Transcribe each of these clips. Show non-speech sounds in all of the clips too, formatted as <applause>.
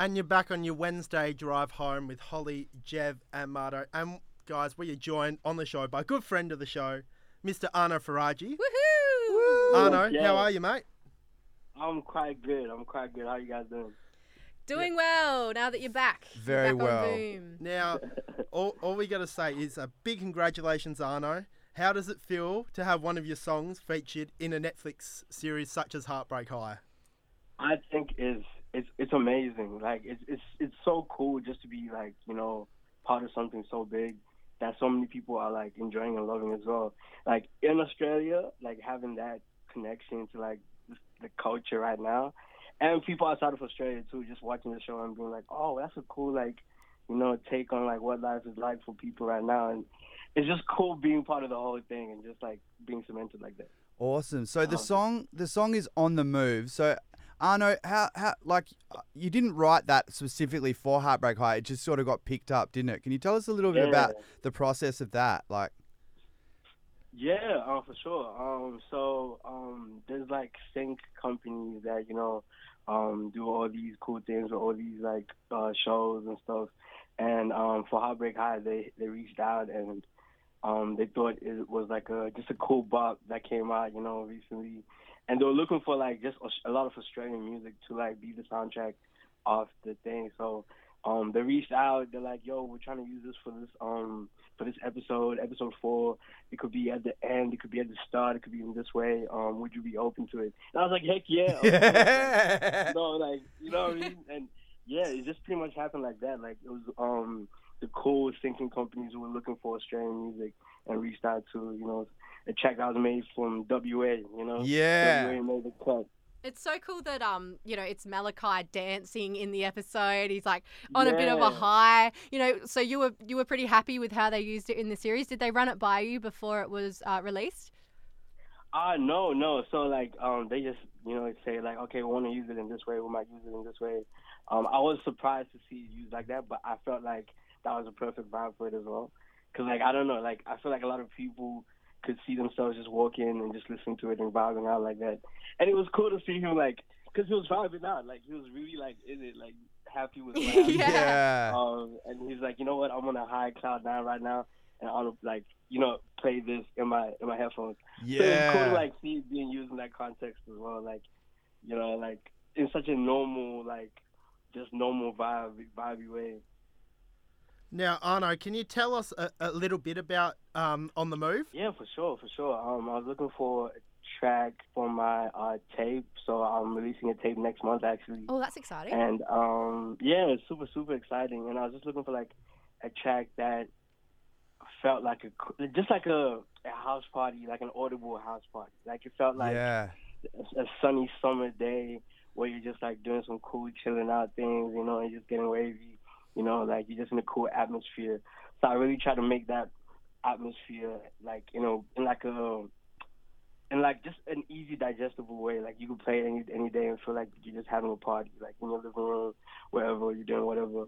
And you're back on your Wednesday drive home with Holly, Jev, and Marto. And guys, we are joined on the show by a good friend of the show, Mr. Arno Faraji. Woohoo! Arno, Yeah. how are you, mate? I'm quite good. I'm quite good. How you guys doing? Doing well now that you're back. You're Very back on well. Boom. Now, all, all we got to say is a big congratulations, Arno. How does it feel to have one of your songs featured in a Netflix series such as Heartbreak High? I think it's it's it's amazing. Like it's it's it's so cool just to be like you know part of something so big that so many people are like enjoying and loving as well. Like in Australia, like having that connection to like the culture right now, and people outside of Australia too, just watching the show and being like, oh, that's a cool like you know take on like what life is like for people right now, and it's just cool being part of the whole thing and just like being cemented like that. Awesome. So the Um, song the song is on the move. So Arno, how how like uh, you didn't write that specifically for Heartbreak High. It just sort of got picked up, didn't it? Can you tell us a little bit about the process of that? <laughs> Like, Yeah, uh, for sure. Um, so um, there's like sync companies that you know um, do all these cool things with all these like uh, shows and stuff. And um, for Heartbreak High, they they reached out and um, they thought it was like a just a cool bop that came out, you know, recently. And they were looking for like just Aus- a lot of Australian music to like be the soundtrack of the thing. So um, they reached out. They're like, "Yo, we're trying to use this for this um for this episode, episode four. It could be at the end. It could be at the start. It could be in this way. Um, would you be open to it?" And I was like, "Heck yeah!" <laughs> yeah. no, like you know what I mean. And yeah, it just pretty much happened like that. Like it was um the cool thinking companies who were looking for Australian music and reached out to you know a track that was made from WA. You know, <laughs> WA made the cut. It's so cool that um, you know, it's Malachi dancing in the episode. He's like on a bit of a Yeah. high. You know, so you were you were pretty happy with how they used it in the series. Did they run it by you before it was uh, released? Ah, no, no. So like, um, they just you know say like, okay, we want to use it in this way. We might use it in this way. Um, I was surprised to see it used like that, but I felt like that was a perfect vibe for it as well. Cause like I don't know, like I feel like a lot of people could see themselves just walking and just listening to it and vibing out like that. And it was cool to see him like, cause he was vibing out, like he was really like in it, like happy with. what happened. Yeah. Um, and he's like, you know what? I'm on a high cloud nine right now, and I'll like, you know, play this in my in my headphones. So it's <laughs> cool to like see it being used in that context as well. Like, you know, like in such a normal, like just normal vibe, vibey way. Now, Arno, can you tell us a, a little bit about um, On the Move? Yeah, for sure, for sure. Um, I was looking for a track for my uh, tape, so I'm releasing a tape next month actually. Oh, that's exciting. And um, yeah, it was super, super exciting. And I was just looking for like a track that felt like a co- just like a, a house party, like an audible house party. Like it felt like yeah. a, a sunny summer day where you're just like doing some cool chilling out things, you know, and just getting wavy, you know, like you're just in a cool atmosphere. So I really try to make that atmosphere like, you know, in like a in like just an easy digestible way. Like you can play it any any day and feel like you're just having a party, like in your living room, wherever you're doing whatever.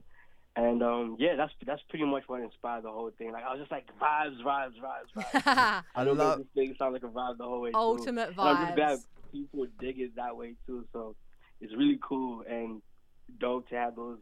And um yeah, that's that's pretty much what inspired the whole thing. Like I was just like vibes, vibes, vibes, vibes. <laughs> I I don't love- know. This thing sound like a vibe the whole way. through. Ultimate And I'm just glad vibes. people dig it that way too. So it's really cool and dope to have those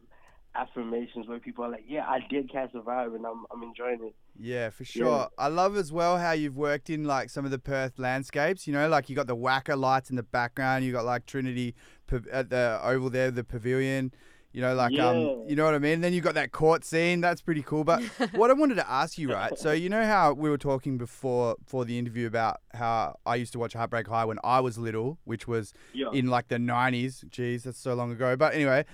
affirmations where people are like, "Yeah, I did catch the vibe, and I'm I'm enjoying it." Yeah, for sure. I love as well how you've worked in like some of the Perth landscapes. You know, like you got the Wacker lights in the background. You got like Trinity pa- at the Oval there, the Pavilion. You know, like um, Yeah. you know what I mean. Then you got that court scene. That's pretty cool. But what I wanted to ask you, right? So you know how we were talking before for the interview about how I used to watch Heartbreak High when I was little, which was Yeah. in like the 90s. Jeez, that's so long ago. But anyway,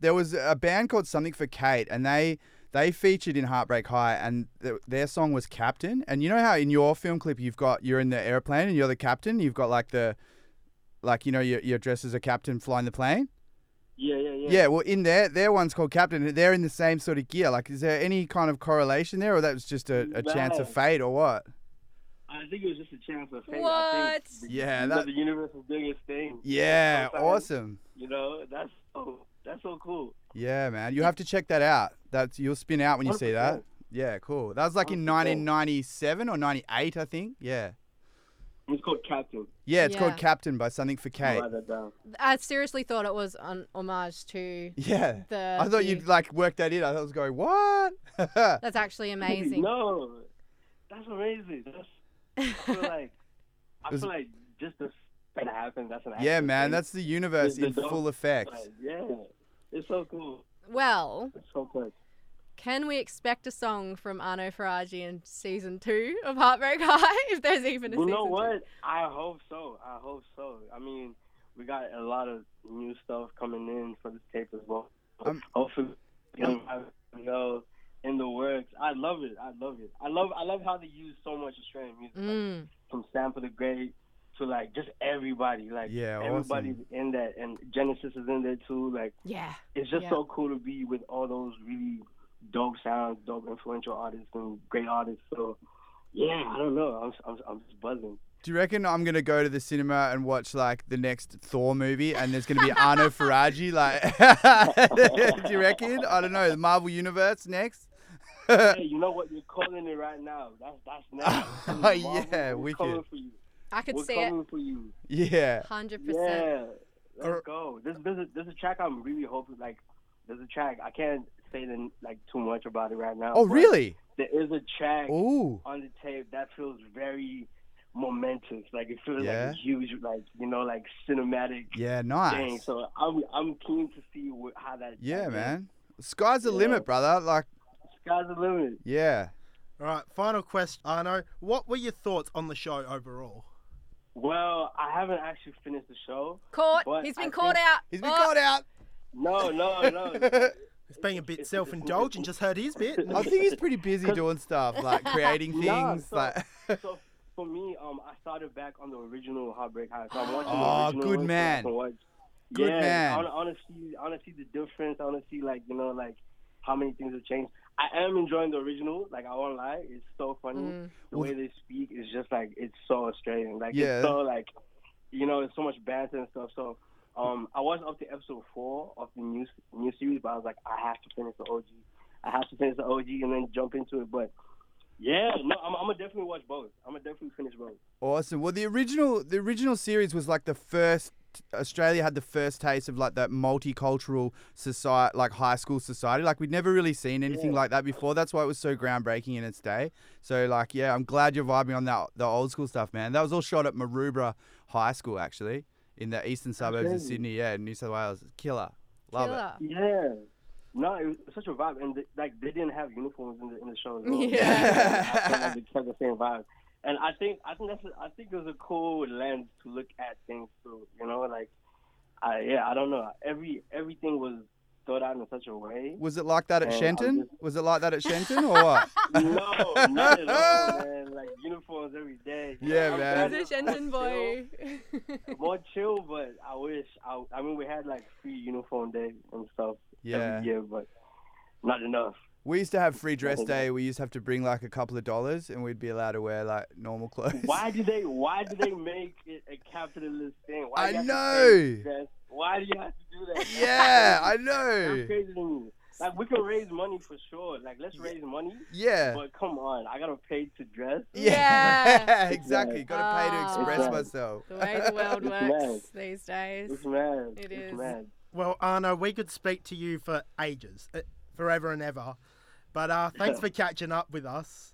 there was a band called Something for Kate, and they they featured in Heartbreak High, and th- their song was Captain. And you know how in your film clip you've got you're in the airplane and you're the captain. You've got like the like you know you're, you're dressed as a captain flying the plane. yeah, yeah, yeah. Yeah. well, in there, their one's called Captain. and They're in the same sort of gear. Like, is there any kind of correlation there, or that was just a, a chance of No. fate, or what? I think it was just a chance of fate. I What? think the- Yeah, you know, that- the universe is doing its thing. Yeah, Sometimes, awesome. You know, that's so that's so cool. Yeah, man, you have to check that out. That's you'll spin out when you see that. 100%. Yeah, cool. That was like in 100%. 1997 or 98, I think. Yeah. It's called Captain. Yeah, it's Yeah. called Captain by Something for I'll Kate. write that down. I seriously thought it was an homage to <laughs> Yeah. the. I thought the- you'd like work that in. I thought I was going, what? <laughs> That's actually amazing. No, that's amazing. That's, I <laughs> feel like I It's- feel like just this that happened. That's an yeah, actual man, thing. that's the universe the in dog full effect. Like, yeah, it's so cool. Well, It's so cool. can we expect a song from Arno Faraji in season two of Heartbreak High? <laughs> If there's even a You season know two. what? I hope so. I hope so. I mean, we got a lot of new stuff coming in for this tape as well. Um, Hopefully, you know, I- you know, in the works. I love it. I love it. I love. I love how they use so much Australian music. Like, Mm. from Sample the Great to like just everybody. Like Yeah, awesome. everybody's in that, and Genesis is in there too. Like Yeah. it's just Yeah. so cool to be with all those really dope sounds, dope influential artists, and great artists. So yeah, I don't know. I'm s- I'm, s- I'm just buzzing. Do you reckon I'm gonna go to the cinema and watch like the next Thor movie, and there's gonna be Arno Faraji? Like, <laughs> do you reckon? I don't know. The Marvel Universe next. <laughs> Uh, Hey, you know what? You're calling it right now. That's <laughs> that's Oh, now. Marvel, yeah, we're wicked. coming for you. I could We're see it. coming for you. yeah. 100%. Yeah, Or- let's go. This there's a, there's a track I'm really hoping like there's a track I can't say the, like too much about it right now. Oh, but really? There is a track Ooh. on the tape that feels very momentous. Like it feels Yeah. like a huge, like you know, like cinematic Yeah. thing. Nice. So I'm I'm keen to see what, how that. Yeah, that man. Sky's the Yeah. limit, brother. Like, goes. Sky's the limit. yeah. All right, final question, Arno. What were your thoughts on the show overall? Well, I haven't actually finished the show. Caught. But He's I been think- caught out. He's been Oh, called <laughs> out. No, no, no. It's being a bit self-indulgent. Just heard his <laughs> bit. <laughs> I think he's pretty <laughs> busy doing stuff, like <laughs> creating Nah, things. so- like, <laughs> so for me, um, I started back on the original Heartbreak High. So I'm watching Oh, the original ones good so I man. can watch- Good yeah, man. I want to see, I want to see the difference. I want to see like you know like how many things have changed. I am enjoying the original. Like I won't lie, it's so funny. Mm. The Well- way they speak is just like it's so Australian. Like Yeah. it's so like you know, it's so much banter and stuff. So. Um, I watched up to episode four of the new new series, but I was like, I have to finish the OG. I have to finish the OG and then jump into it. But yeah, no, I'm, I'm gonna definitely watch both. I'm gonna definitely finish both. Awesome. Well, the original the original series was like the first Australia had the first taste of like that multicultural society, like high school society. Like we'd never really seen anything Yeah. like that before. That's why it was so groundbreaking in its day. So like, yeah, I'm glad you're vibing on that the old school stuff, man. That was all shot at Maroubra High School actually in the eastern suburbs of crazy. Sydney. Yeah, in New South Wales. Killer. Love killer. Yeah. No, it was such a vibe, and th like they didn't have uniforms in the in the show. As well. Yeah. I felt like they kept the same vibe, and I think I think that's a, I think it was a cool lens to look at things through. You know, like I yeah, I don't know. Every everything was thought out in such a way. <laughs> it. Was it like that at Oh, I Shenton? just- Was it like that at Shenton or what? No, not at all, man. Like uniforms every day. Yeah, man. glad He's a it was Shenzhen boy. <laughs> chill- More chill, but I wish I, I mean we had like free uniform day and stuff Yeah. every year, but not enough. We used to have free dress Nothing. day. We used to have to bring like a couple of dollars, and we'd be allowed to wear like normal clothes. Why do they? Why do they make it a capitalist thing? Why do I you have to know. pay dress? Why do you have to do that? <laughs> yeah, <laughs> I that's know. crazy to me. Like we can raise money for sure. Like let's raise money, Yeah. <laughs> but come on, I gotta pay to dress. Yeah. <laughs> exactly. Got to pay to Ah. express Exactly. myself. the way the <laughs> world It's works mad. these days. It's mad. It is. it's mad. Well, Arno, we could speak to you for ages, eh, forever and ever. But uh, thanks for catching up with us.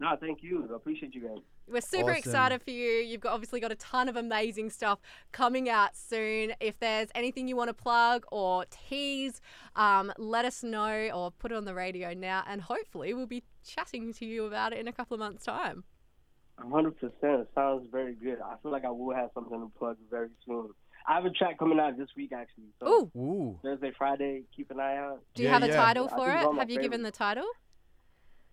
No, thank you. I appreciate you guys. We're super Awesome. excited for you. You've got, obviously got a ton of amazing stuff coming out soon. If there's anything you want to plug or tease, um, let us know or put it on the radio now, and hopefully we'll be chatting to you about it in a couple of months' time. A hundred percent. Sounds very good. I feel like I will have something to plug very soon. I have a track coming out this week actually. So Ooh, Ooh. Thursday, Friday. Keep an eye out. do you Yeah, have a yeah. title I for think it's it? one of my Have you given the title?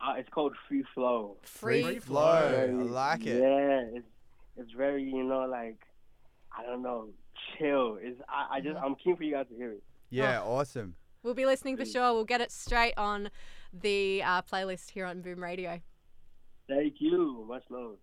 Uh, it's called Free Flow. Free. Free flow. I flow. like it. Yeah, it's it's very you know like I don't know chill. It's I, I just Mm-hmm. I'm keen for you guys to hear it. Yeah, awesome. We'll be listening for Free. sure. We'll get it straight on the uh, playlist here on Boom Radio. Thank you. Much love.